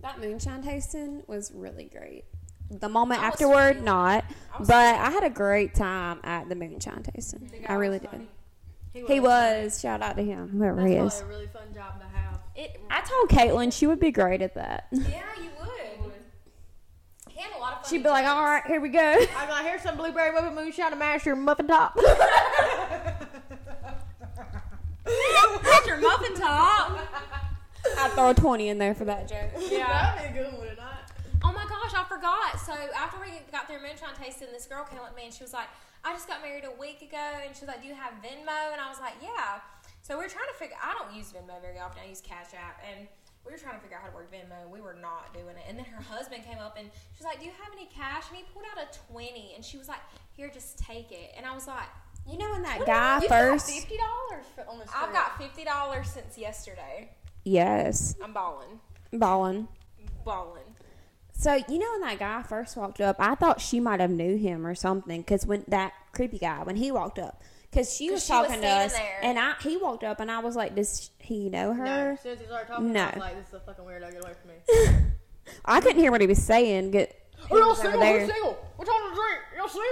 Speaker 3: That moonshine tasting was really great. The moment
Speaker 2: I was
Speaker 3: afterward,
Speaker 2: feeling-
Speaker 3: not.
Speaker 2: I was
Speaker 3: But I had a great time at the moonshine tasting. I really did. He was. Shout out to him, whoever
Speaker 1: That's
Speaker 3: he
Speaker 1: probably
Speaker 3: is.
Speaker 1: a really fun job to have.
Speaker 2: It.
Speaker 3: I told Caitlin she would be great at that.
Speaker 2: Yeah, you would. He had a lot of fun.
Speaker 3: She'd be like, all right, here we go.
Speaker 1: I'm gonna hear some blueberry muffin moonshine to mash your muffin top.
Speaker 2: Put your muffin top.
Speaker 3: I'd throw a 20 in there for that joke.
Speaker 1: That'd be a good one, wouldn't
Speaker 2: Oh my gosh, I forgot. So after we got through moonshine tasting, this girl came up to me and she was like, "I just got married a week ago," and she was like, "Do you have Venmo?" And I was like, "Yeah." So we are trying to figure. I don't use Venmo very often. I use Cash App, and we were trying to figure out how to work Venmo. We were not doing it. And then her husband came up and she was like, "Do you have any cash?" And he pulled out a twenty, and she was like, "Here, just take it." And I was like,
Speaker 3: You know when that
Speaker 2: "What
Speaker 3: guy
Speaker 2: about you?"
Speaker 3: first.
Speaker 1: dollars on the street.
Speaker 2: I've got fifty dollars since yesterday.
Speaker 3: Yes,
Speaker 2: I'm balling,
Speaker 3: ballin'.
Speaker 2: balling.
Speaker 3: So you know when that guy first walked up, I thought she might have knew him or something. Cause when that creepy guy, when he walked up, cause she
Speaker 2: 'Cause she was
Speaker 3: was talking to
Speaker 2: standing
Speaker 3: us,
Speaker 2: there.
Speaker 3: and I he walked up, and I was like, does he know
Speaker 1: No,
Speaker 3: her?
Speaker 1: as soon as he started talking,
Speaker 3: No.
Speaker 1: I was like, "This is a fucking weirdo. Get away from me."
Speaker 3: I couldn't hear what he was saying. Get he was over there.
Speaker 1: single. We're talking to drink. Y'all single?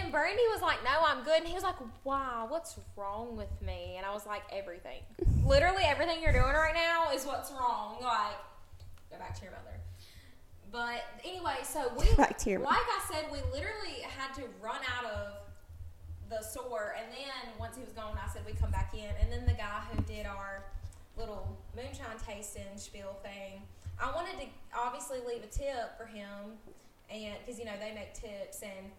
Speaker 2: And Brandy was like, "No, I'm good." And he was like, "Why? What's wrong with me?" And I was like, "Everything. Literally everything you're doing right now is what's wrong. Like, go back to your mother." But anyway, so we
Speaker 3: Back to your mother.
Speaker 2: like I said, we literally had to run out of the store, and then once he was gone, I said we come back in, and then the guy who did our little moonshine tasting spiel thing, I wanted to obviously leave a tip for him, and because you know they make tips, and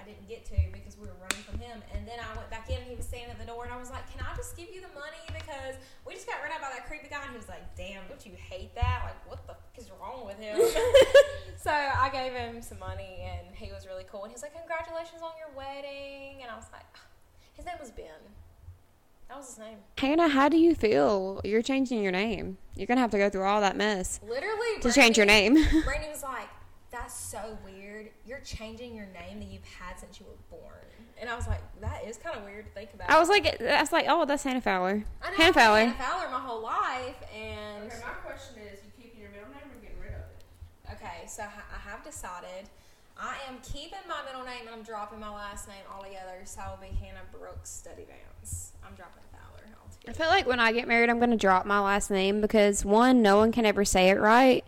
Speaker 2: I didn't get to because we were running from him, and then I went back in, and he was standing at the door, and I was like, "Can I just give you the money because we just got run out by that creepy guy?" And he was like, "Damn, don't you hate that? Like, what the fuck is wrong with him?" So I gave him some money, and he was really cool. And he was like, "Congratulations on your wedding!" And I was like, "Ah, "His name was Ben. That was his name."
Speaker 3: Hannah, how do you feel? You're changing your name. You're gonna have to go through all that mess
Speaker 2: Literally,
Speaker 3: to change your name.
Speaker 2: Brandon was like, "That's so weird. You're changing your name that you've had since you were born." And I was like, "That is kind of weird to think about."
Speaker 3: I was like, I was like, oh, that's Hannah Fowler.
Speaker 2: I know, I've
Speaker 3: Hannah
Speaker 2: been
Speaker 3: Fowler.
Speaker 2: Hannah Fowler my whole life, and
Speaker 4: Okay, my question is, you keeping your middle name or getting rid of it?
Speaker 2: Okay, so ha- I have decided I am keeping my middle name and I'm dropping my last name altogether. So I'll be Hannah Brooks Study Vance. I'm dropping Fowler
Speaker 3: I
Speaker 2: altogether.
Speaker 3: feel like when I get married, I'm gonna drop my last name because one, no one can ever say it right.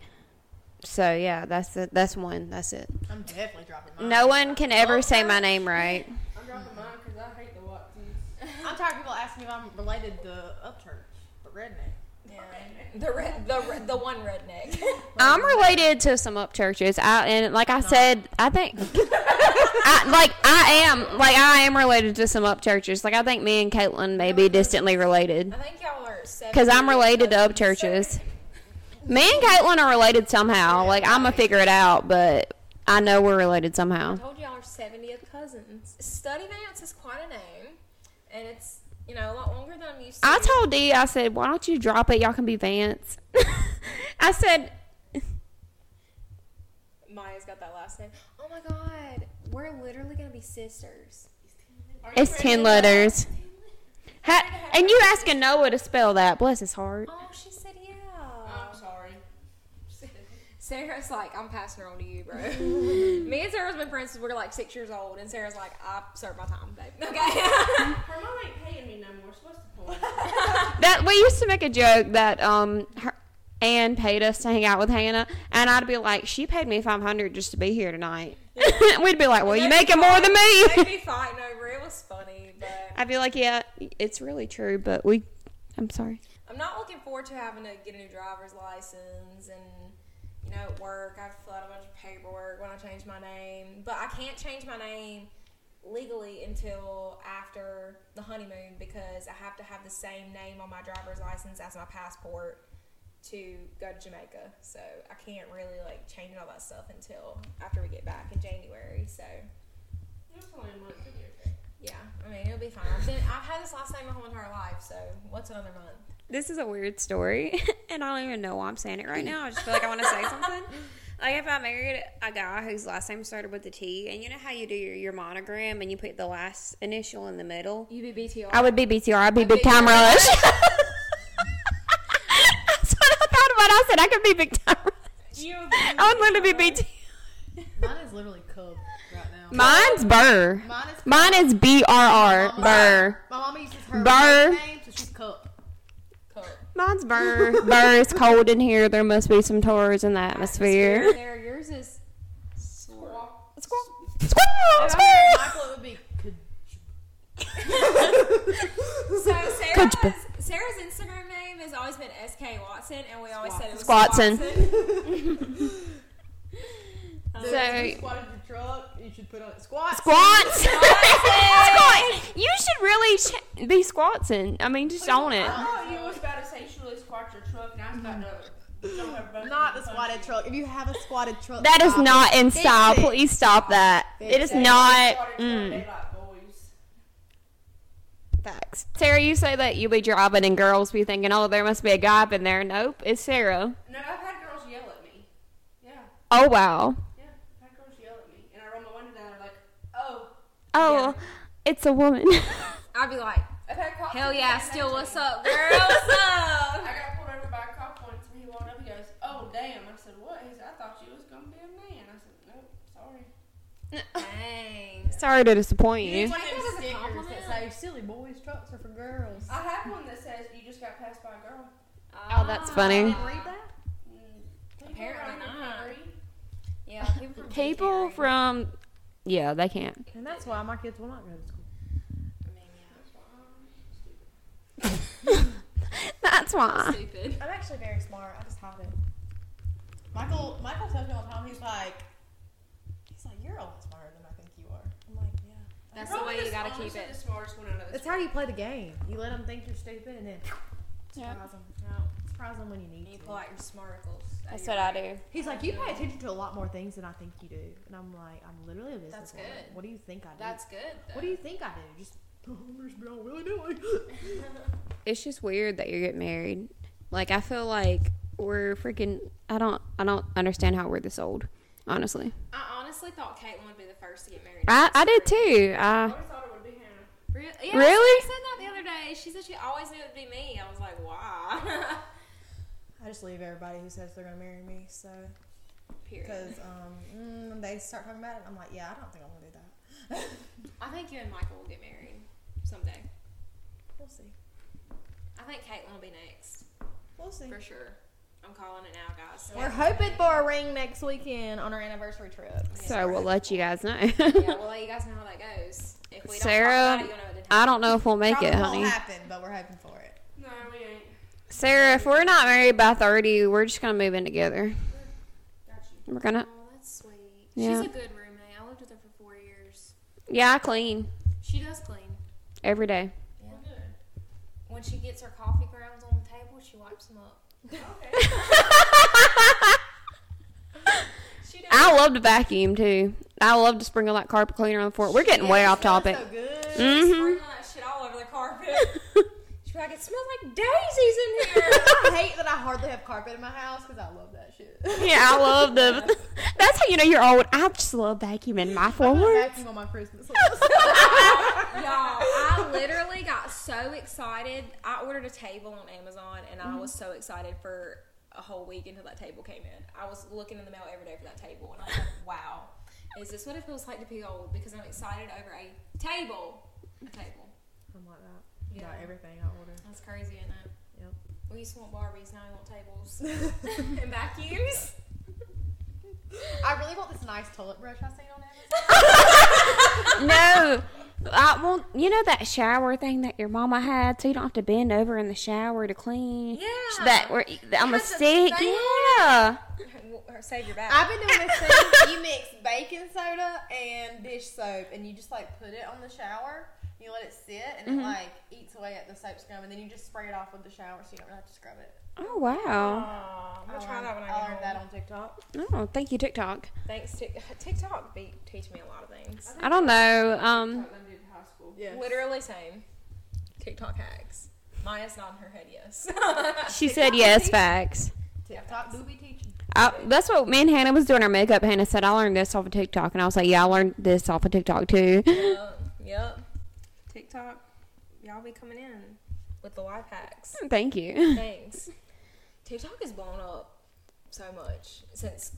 Speaker 3: So yeah, that's it. That's one. That's it.
Speaker 1: I'm definitely dropping mine.
Speaker 3: No one can ever say my name right.
Speaker 4: I'm dropping mine because I hate the Watsons.
Speaker 1: I'm tired of people asking me if I'm related to Upchurch, but redneck.
Speaker 2: Yeah. The, red, the, red, the one redneck.
Speaker 3: I'm related to some up churches. I and like I said, I think I, like I am like I am related to some up churches. Like I think me and Caitlin may be distantly related
Speaker 2: I think y'all are seven.
Speaker 3: because I'm related to up churches. Me and Caitlin are related somehow. Like I'm gonna figure it out, but I know we're related somehow.
Speaker 2: told y'all are 70th cousins. Study Vance is quite a name, and it's, you know, a lot longer than I'm used to.
Speaker 3: I told Dee, I said, why don't you drop it? Y'all can be Vance. I said,
Speaker 2: Maya's got that last name. Oh my god, we're literally gonna be sisters.
Speaker 3: it's ten letters. Ha- and you asking Noah to spell that? Bless his heart.
Speaker 2: Oh, she said yeah.
Speaker 4: I'm sorry.
Speaker 2: Sarah's like, I'm passing her on to you, bro. Me and Sarah's been friends since we were like six years old, and Sarah's like, I served my time, babe. Okay.
Speaker 4: Her mom ain't paying me no more, so what's the point?
Speaker 3: That we used to make a joke that um her Anne paid us to hang out with Hannah, and I'd be like, she paid me five hundred just to be here tonight. We'd be like, well, you making more than
Speaker 2: They'd
Speaker 3: me.
Speaker 2: be fighting over it. It was funny, but
Speaker 3: I'd be like, yeah, it's really true, but we, I'm sorry.
Speaker 2: I'm not looking forward to having to get a new driver's license and. You know, at work, I have to fill out a bunch of paperwork when I change my name. But I can't change my name legally until after the honeymoon because I have to have the same name on my driver's license as my passport to go to Jamaica. So I can't really like change all that stuff until after we get back in January. So
Speaker 4: It was only a month. it'll be okay.
Speaker 2: yeah, I mean it'll be fine. I've, been, I've had this last name my whole entire life. So what's another month?
Speaker 3: This is a weird story, and I don't even know why I'm saying it right now. I just feel like I want to say something. Like if I married a guy whose last name started with a T, and you know how you do your, your monogram and you put the last initial in the middle.
Speaker 2: UBBTR.
Speaker 3: I would be BTR. I'd be Big,
Speaker 2: Big Time
Speaker 3: Time Rush. That's what I thought about. I said I could be Big Time Rush.
Speaker 2: You
Speaker 3: I would literally be BT.
Speaker 1: Mine is literally Cub right now.
Speaker 3: Mine's Burr.
Speaker 1: Mine is.
Speaker 3: Mine is B R R. Burr.
Speaker 1: My mama uses her
Speaker 3: Burr.
Speaker 1: last name, so she's Cup.
Speaker 3: Mine's Burr. Burr. It's cold in here. There must be some Taurus in the atmosphere.
Speaker 2: There, yours is.
Speaker 3: Squirrel. Squirrel. Squirrel.
Speaker 1: Michael it would be. Could,
Speaker 2: So Sarah's,
Speaker 3: Coach Bill.
Speaker 2: Sarah's Instagram name has always been SK Watson, and we always said it was
Speaker 3: Squatson.
Speaker 1: so if
Speaker 3: So-
Speaker 1: you squatted your truck, you should put on squat.
Speaker 3: Squats. Squat. You should really ch- be squatting. I mean, just own it.
Speaker 4: Oh, you was about to say she really squat your truck, and I was about
Speaker 2: Mm.
Speaker 4: to throw her both
Speaker 1: Not
Speaker 4: in
Speaker 1: the
Speaker 4: the
Speaker 1: squatted truck. If you have a squatted truck, um,
Speaker 3: That is
Speaker 1: stop
Speaker 3: not in style.
Speaker 1: it.
Speaker 3: Please stop that. It is
Speaker 1: it.
Speaker 3: not.
Speaker 4: Squatted truck,
Speaker 3: Mm.
Speaker 4: they like boys.
Speaker 3: Facts. Sarah, you say that you be driving and girls be thinking, oh, there must be a guy up in there. Nope, it's Sarah.
Speaker 4: No, I've had girls yell at me. Yeah,
Speaker 3: Oh, wow.
Speaker 4: yeah, I've had girls yell at me, and I roll my window down. They're like, "Oh,
Speaker 3: Oh, it's a woman.
Speaker 2: I'd be like,
Speaker 4: I've had cops."
Speaker 2: hell
Speaker 4: do
Speaker 2: yeah,
Speaker 4: the same
Speaker 2: still,
Speaker 4: thing to
Speaker 2: what's
Speaker 4: me.
Speaker 2: up, girl? What's up?
Speaker 4: I got pulled over by a cop once, and he walked up. He goes, "Oh, damn." I said, "What?" He said, "I thought you was gonna be a man." I said, "Nope, sorry."
Speaker 2: Dang.
Speaker 3: Sorry to disappoint you.
Speaker 2: Take that as a compliment?
Speaker 1: say silly boys trucks are for girls.
Speaker 4: I have one that says you just got passed by a girl.
Speaker 3: Oh, that's
Speaker 2: Ah.
Speaker 3: funny.
Speaker 2: Apparently not. Yeah, people from
Speaker 3: People
Speaker 2: Gary.
Speaker 3: from yeah, they can't.
Speaker 1: And that's why my kids will not go to school.
Speaker 2: I mean, yeah.
Speaker 3: That's why.
Speaker 2: Stupid.
Speaker 1: I'm actually very smart. I just hide it. Michael Michael tells me all the time, he's like he's like, You're a lot smarter than I think you are. I'm like, Yeah.
Speaker 2: That's the way you gotta keep
Speaker 4: honestly
Speaker 2: it.
Speaker 4: The smartest one I know.
Speaker 1: That's how you play the game. You let them think you're stupid and then
Speaker 3: Yeah.
Speaker 1: surprise them. No, surprise them when you need
Speaker 2: You
Speaker 1: to.
Speaker 2: pull out your smarticles. out
Speaker 3: That's
Speaker 2: your
Speaker 3: what I
Speaker 2: brain.
Speaker 3: do.
Speaker 1: He's like, you pay attention to a lot more things than I think you do, and I'm like, I'm literally a businesswoman.
Speaker 2: That's good.
Speaker 1: What do you think I do?
Speaker 2: That's good.
Speaker 1: what do you think I do? Just just be all willy nilly.
Speaker 3: It's just weird that you get married. Like I feel like we're freaking. I don't. I don't understand how we're this old. Honestly,
Speaker 2: I honestly thought Caitlin would be the first to get married.
Speaker 3: I, I did too. I
Speaker 4: I thought it would be Hannah.
Speaker 2: Really? Yeah,
Speaker 3: Really?
Speaker 2: She said that the other day. She said she always knew it would be me. I was like, why?
Speaker 1: I just leave everybody who says they're gonna marry me, so
Speaker 2: Period.
Speaker 1: because um, mm, they start talking about it, I'm like, yeah, I don't think I'm gonna do that.
Speaker 2: I think you and Michael will get married someday.
Speaker 1: We'll see.
Speaker 2: I think Caitlin will be next
Speaker 1: We'll see.
Speaker 2: for sure. I'm calling it now, guys.
Speaker 1: We're hoping for a ring next weekend on our anniversary trip.
Speaker 3: so we'll let you guys know.
Speaker 2: yeah, we'll let you guys know how that goes. If we don't
Speaker 3: Sarah,
Speaker 2: talk about it, you'll know what to do.
Speaker 3: I don't know if we'll make
Speaker 1: Probably
Speaker 3: it,
Speaker 1: won't
Speaker 3: honey.
Speaker 1: happen, but we're hoping for it.
Speaker 4: No, we ain't.
Speaker 3: Sarah, if we're not married by thirty, we're just gonna move in together.
Speaker 4: Got you.
Speaker 3: We're gonna.
Speaker 2: Oh, that's sweet.
Speaker 3: Yeah.
Speaker 2: She's a good roommate. I lived with her for four years.
Speaker 3: Yeah, I clean
Speaker 2: She does clean.
Speaker 3: every day.
Speaker 4: We're good.
Speaker 2: When she gets her coffee grounds on the table, she wipes them up.
Speaker 4: Okay.
Speaker 2: She does.
Speaker 3: I love to vacuum too. I love to sprinkle that carpet cleaner on the floor. We're getting way off topic.
Speaker 1: So good.
Speaker 3: Mm-hmm.
Speaker 2: Sprinkling that shit all over the carpet. She's like, it smells like daisies in here.
Speaker 1: I hate that I hardly have carpet in my house because I love that shit.
Speaker 3: Yeah, I love the. That's how you know you're old. I just love vacuuming my floor.
Speaker 1: Vacuum on my Christmas
Speaker 2: Y'all, I literally got so excited. I ordered a table on Amazon and I was so excited for a whole week until that table came in. I was looking in the mail every day for that table and I was like, wow, is this what it feels like to be old? Because I'm excited over a table. A table.
Speaker 1: I'm like that.
Speaker 2: Yeah.
Speaker 1: Got everything I order.
Speaker 2: That's crazy, isn't it?
Speaker 1: Yep.
Speaker 2: We used to want Barbies, now we want tables and vacuums.
Speaker 1: I really want this nice toilet brush I seen on Amazon.
Speaker 3: No, I want. You know that shower thing that your mama had, so you don't have to bend over in the shower to clean.
Speaker 2: Yeah.
Speaker 3: That where I'm a
Speaker 2: has a
Speaker 3: stick.
Speaker 2: thing.
Speaker 3: Yeah.
Speaker 2: Save your back.
Speaker 1: I've been doing this thing. You mix baking soda and dish soap, and you just like put it on the shower. You let it sit, and it like eats away at the soap scum, and then you just spray it off with the shower, so you don't really have to scrub it.
Speaker 3: Oh wow.
Speaker 2: Aw, I'm
Speaker 1: I
Speaker 2: gonna try
Speaker 1: learned-
Speaker 2: that when I get
Speaker 1: I learned that
Speaker 2: home.
Speaker 1: on TikTok.
Speaker 3: Oh, thank you TikTok.
Speaker 2: Thanks to TikTok, be, teach me a lot of things.
Speaker 3: I don't know. Um,
Speaker 4: Taught them in high school.
Speaker 1: Yeah.
Speaker 2: Literally same. TikTok hacks. Maya's nodding her head yes.
Speaker 3: she said yes. Facts.
Speaker 1: TikTok booby teaching.
Speaker 3: I, that's what me and Hannah was doing our makeup. Hannah said, I learned this off of TikTok. And I was like, yeah, I learned this off of TikTok too.
Speaker 2: yep, Um, yep. TikTok, y'all be coming in with the life hacks.
Speaker 3: Thank you.
Speaker 2: Thanks. TikTok has blown up so much since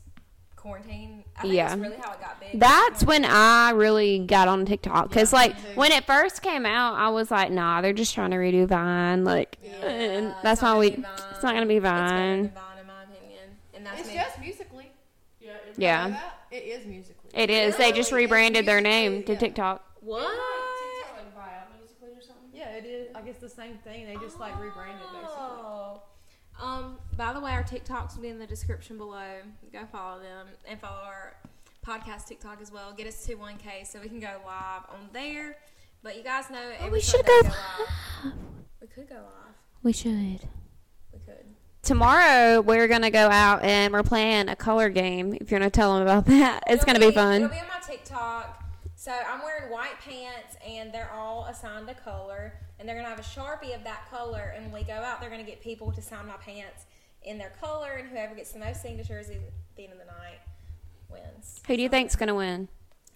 Speaker 2: quarantine. I think
Speaker 3: Yeah.
Speaker 2: that's really how it got big.
Speaker 3: That's when I really got on TikTok. Because, like, when it first came out, I was like, nah, they're just trying to redo Vine. Like, and
Speaker 2: it's
Speaker 3: that's
Speaker 2: not
Speaker 3: why we,
Speaker 2: gonna be
Speaker 3: it's not going to be
Speaker 2: It's better than
Speaker 3: Vine.
Speaker 2: Vine, in my opinion. And that's
Speaker 1: It's
Speaker 2: me.
Speaker 1: just musically.
Speaker 4: Yeah. It
Speaker 1: You know
Speaker 3: Yeah.
Speaker 1: that? It is musically.
Speaker 3: It is. They just
Speaker 1: Really? It's
Speaker 3: rebranded their
Speaker 1: musically,
Speaker 3: name to
Speaker 1: yeah.
Speaker 3: TikTok.
Speaker 2: what?
Speaker 4: Like, TikTok, like Vibe musically or something.
Speaker 1: Yeah, it is. Like it's the same thing. They just like rebranded basically.
Speaker 2: Oh. Um, by the way, our TikToks will be in the description below. Go follow them and follow our podcast TikTok as well. Get us to 1K so we can go live on there. But you guys know every
Speaker 3: Oh, we should
Speaker 2: Sunday
Speaker 3: go
Speaker 2: live. We could go live.
Speaker 3: We should.
Speaker 2: We could.
Speaker 3: Tomorrow, we're going to go out and we're playing a color game. If you're going to tell them about that, it's going to be
Speaker 2: It'll
Speaker 3: fun.
Speaker 2: be on my TikTok. So I'm wearing white pants, and they're all assigned a color, and they're gonna have a sharpie of that color. And when we go out, they're gonna get people to sign my pants in their color, and whoever gets the most signatures at the end of the night wins.
Speaker 3: Who do you think's going to win?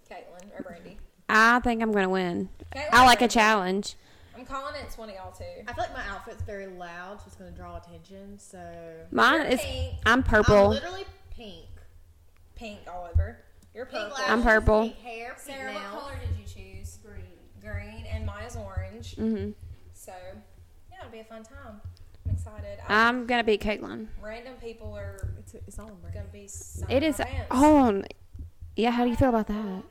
Speaker 2: Caitlin or Brandy?
Speaker 3: I think I'm going to win.
Speaker 2: Caitlin
Speaker 3: I
Speaker 2: or
Speaker 3: like a
Speaker 2: Brandy?
Speaker 3: challenge.
Speaker 2: I'm calling it. It's one of y'all two.
Speaker 1: I feel like my outfit's very loud, so it's gonna draw attention. So
Speaker 3: Mine
Speaker 2: You're
Speaker 3: is
Speaker 2: pink.
Speaker 3: I'm
Speaker 1: I'm
Speaker 3: purple.
Speaker 1: literally pink.
Speaker 2: Pink all over. You're purple.
Speaker 3: I'm purple.
Speaker 1: Pink hair, pink
Speaker 2: Sarah, what
Speaker 1: nails.
Speaker 2: color did you choose? Green. Green, and mine's orange.
Speaker 3: Mm-hmm.
Speaker 2: So, yeah, it'll be a fun time. I'm excited. I,
Speaker 3: I'm gonna beat Caitlin.
Speaker 2: random people are
Speaker 1: It's, it's all in
Speaker 2: gonna
Speaker 1: brand.
Speaker 2: be. some
Speaker 3: It is
Speaker 2: events.
Speaker 3: on. Yeah, how do you feel about that?
Speaker 2: I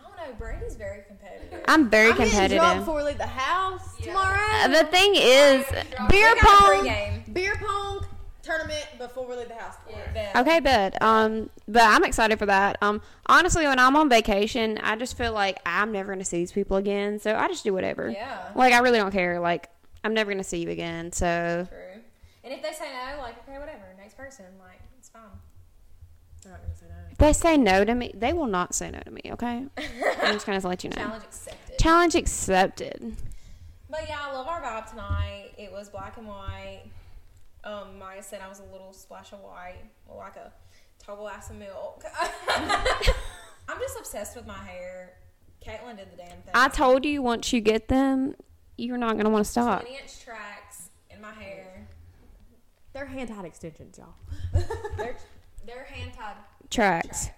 Speaker 2: don't know. Brady's very competitive.
Speaker 3: I'm very
Speaker 1: I'm getting drunk
Speaker 3: competitive.
Speaker 1: before we leave the house tomorrow.
Speaker 3: Uh, The thing is,
Speaker 1: Beer
Speaker 2: We got a
Speaker 1: pong.
Speaker 2: pregame.
Speaker 1: Beer pong tournament before we leave the house. tomorrow.
Speaker 2: Bet.
Speaker 3: okay, but um, but I'm excited for that. Um, honestly, when I'm on vacation, I just feel like I'm never gonna see these people again, so I just do whatever.
Speaker 2: Yeah.
Speaker 3: Like I really don't care. Like I'm never gonna see you again, so
Speaker 2: True. And if they say no, like okay, whatever. Next person, like it's fine.
Speaker 1: They're not gonna say no.
Speaker 3: if they say no to me, they will not say no to me. Okay, I'm just gonna let you know.
Speaker 2: Challenge accepted.
Speaker 3: Challenge accepted.
Speaker 2: But yeah, I love our vibe tonight. It was black and white. Um, Maya said I was a little splash of white, well, like a tall glass of milk. I'm just obsessed with my hair. Caitlin did the damn thing.
Speaker 3: I told you once you get them, you're not gonna want to stop.
Speaker 2: 20 inch tracks in my hair.
Speaker 1: They're hand tied extensions, y'all.
Speaker 2: They're, they're hand tied.
Speaker 3: Tracks.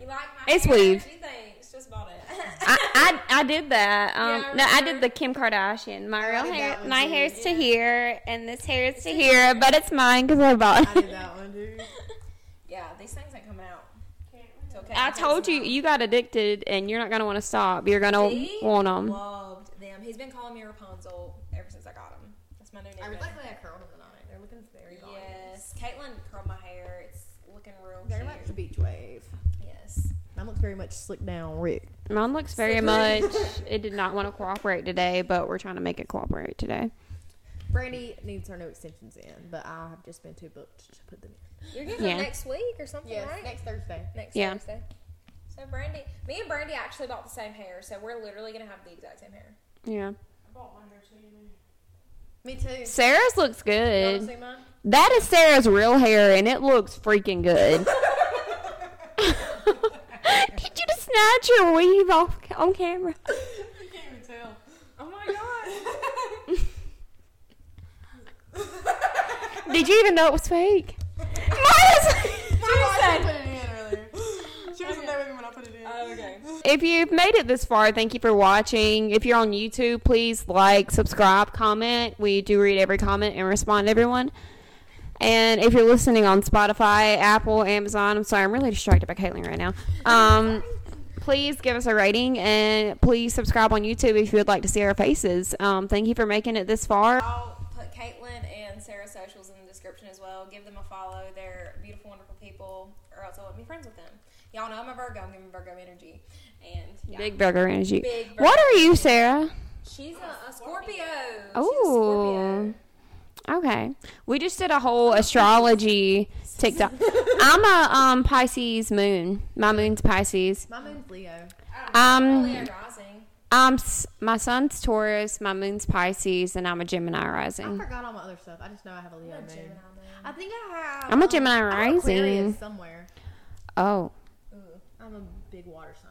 Speaker 2: You like my
Speaker 3: It's
Speaker 2: hair?
Speaker 3: weave.
Speaker 2: What do you think? It's just about it.
Speaker 3: I, I I did that. Um,
Speaker 2: Yeah,
Speaker 3: no, I
Speaker 2: remember?
Speaker 3: did the Kim Kardashian. My real
Speaker 1: did
Speaker 3: hair,
Speaker 1: that one
Speaker 3: my
Speaker 1: too,
Speaker 3: hair's to here, and this hair is to here, but it's mine because I bought.
Speaker 1: I did that one, dude.
Speaker 2: yeah, these things ain't coming out. It's okay.
Speaker 3: I told you you got addicted, and you're not gonna want to stop. You're gonna
Speaker 2: He
Speaker 3: want them.
Speaker 2: Loved them. He's been calling me Rapunzel ever since I got him. That's my new
Speaker 1: I
Speaker 2: nickname.
Speaker 1: was luckily I curled them tonight. They're looking very gaudy.
Speaker 2: Yes, Caitlin curled my hair. It's looking real
Speaker 1: Very much
Speaker 2: cute.
Speaker 1: the beach wave.
Speaker 2: Yes.
Speaker 1: Mine looks very much slick down, Rick.
Speaker 3: Mine looks very much. It did not want to cooperate today, but we're trying to make it cooperate today.
Speaker 1: Brandy needs her new extensions in, but I have just been too booked to put them in.
Speaker 2: You're getting them
Speaker 3: Yeah.
Speaker 2: next week or something, right?
Speaker 1: next Thursday.
Speaker 2: next
Speaker 3: Yeah.
Speaker 2: Thursday. So Brandy, me and Brandy actually bought the same hair, so we're literally gonna have the exact same hair.
Speaker 3: Yeah,
Speaker 1: Me too.
Speaker 3: Sarah's looks
Speaker 1: Y'all
Speaker 3: good.
Speaker 1: see mine?
Speaker 3: That is Sarah's real hair, and it looks freaking good. Did you just snatch your weave off on camera?
Speaker 1: I can't even tell.
Speaker 2: Oh my god!
Speaker 3: Did you even know it was fake? Maya's-
Speaker 1: I put it in earlier. She wasn't there with me when I put it in.
Speaker 2: okay.
Speaker 3: if you've made it this far, thank you for watching. If you're on YouTube, please like, subscribe, comment. We do read every comment and respond to everyone. And if you're listening on Spotify, Apple, Amazon, I'm sorry, I'm really distracted by Caitlin right now. Um, please give us a rating and please subscribe on YouTube if you would like to see our faces. Um, thank you for making it this far.
Speaker 2: I'll put Caitlin and Sarah's socials in the description as well. Give them a follow. They're beautiful, wonderful people, or else I won't be friends with them. Y'all know I'm a Virgo. I'm giving Virgo energy, and yeah.
Speaker 3: Big burger energy.
Speaker 2: Big burger
Speaker 3: what are you, Sarah?
Speaker 2: she's a, a Scorpio.
Speaker 3: Oh. Okay. We just did a whole astrology TikTok. I'm a um Pisces moon. My moon's Pisces.
Speaker 1: My moon's Leo.
Speaker 3: Um
Speaker 2: Leo rising.
Speaker 3: I'm s- my sun's Taurus, my moon's Pisces, and I'm a Gemini
Speaker 1: I
Speaker 3: rising.
Speaker 1: forgot all my other stuff. I just know I have a Leo moon.
Speaker 2: Gemini moon.
Speaker 1: I think I have.
Speaker 3: I'm a
Speaker 1: um,
Speaker 3: Gemini
Speaker 1: I'm Aquarius
Speaker 3: rising.
Speaker 1: somewhere.
Speaker 3: Oh,
Speaker 1: Ooh, I'm a big water sign.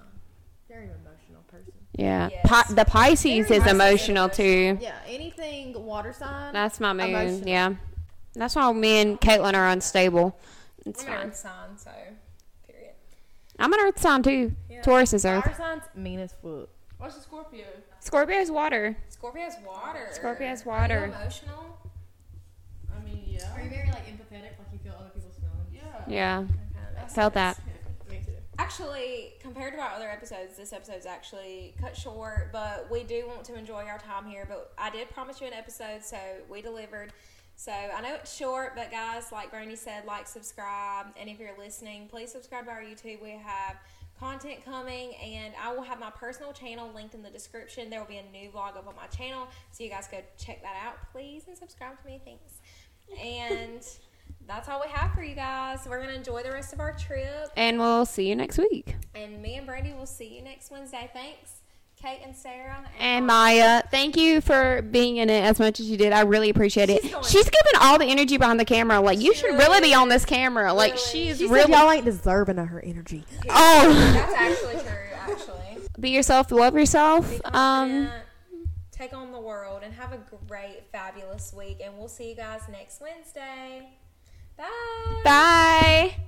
Speaker 1: Very emotional person.
Speaker 3: yeah.
Speaker 2: Yes.
Speaker 3: Pi- the Pisces
Speaker 2: Very
Speaker 3: is
Speaker 2: Pisces
Speaker 3: emotional
Speaker 2: emotional.
Speaker 3: too.
Speaker 1: Yeah, anything water sign.
Speaker 3: That's my moon.
Speaker 1: Emotional.
Speaker 3: Yeah. That's why me and Caitlin are unstable. It's
Speaker 2: I'm an
Speaker 3: fine.
Speaker 2: Earth sign, so period.
Speaker 3: I'm an Earth sign too.
Speaker 2: Yeah.
Speaker 3: Taurus is Earth.
Speaker 1: Water signs mean as fuck.
Speaker 6: What's the Scorpio?
Speaker 3: Scorpio is water.
Speaker 2: Scorpio's water.
Speaker 3: Scorpio's
Speaker 2: Are
Speaker 3: water.
Speaker 2: you emotional?
Speaker 6: I mean, yeah.
Speaker 1: Are you very like empathetic? Like you feel other people's feelings?
Speaker 6: Yeah.
Speaker 3: Yeah. Felt that.
Speaker 1: Me too.
Speaker 2: Actually, compared to our other episodes, this episode's actually cut short, but we do want to enjoy our time here. But I did promise you an episode, so we delivered. So I know it's short, but guys, like Brandy said, like, subscribe. And if you're listening, please subscribe to our YouTube. We have content coming, and I will have my personal channel linked in the description. There will be a new vlog up on my channel, so you guys go check that out, please, and subscribe to me. Thanks. And that's all we have for you guys. We're going to enjoy the rest of our trip.
Speaker 3: And we'll see you next week.
Speaker 2: And me and Brandy will see you next Wednesday. Thanks, Kate and Sarah. Um,
Speaker 3: And Maya, thank you for being in it as much as you did. I really appreciate it.
Speaker 2: She's going-
Speaker 3: She's giving all the energy behind the camera. Like you should
Speaker 2: really
Speaker 3: really be on this camera. Like
Speaker 2: Really.
Speaker 3: she is
Speaker 1: She said
Speaker 3: really.
Speaker 1: y'all ain't deserving of her energy.
Speaker 3: Oh,
Speaker 2: That's actually true, actually.
Speaker 3: be yourself, love yourself. Um,
Speaker 2: Confident, take on the world and have a great, fabulous week. And we'll see you guys next Wednesday. Bye.
Speaker 3: bye.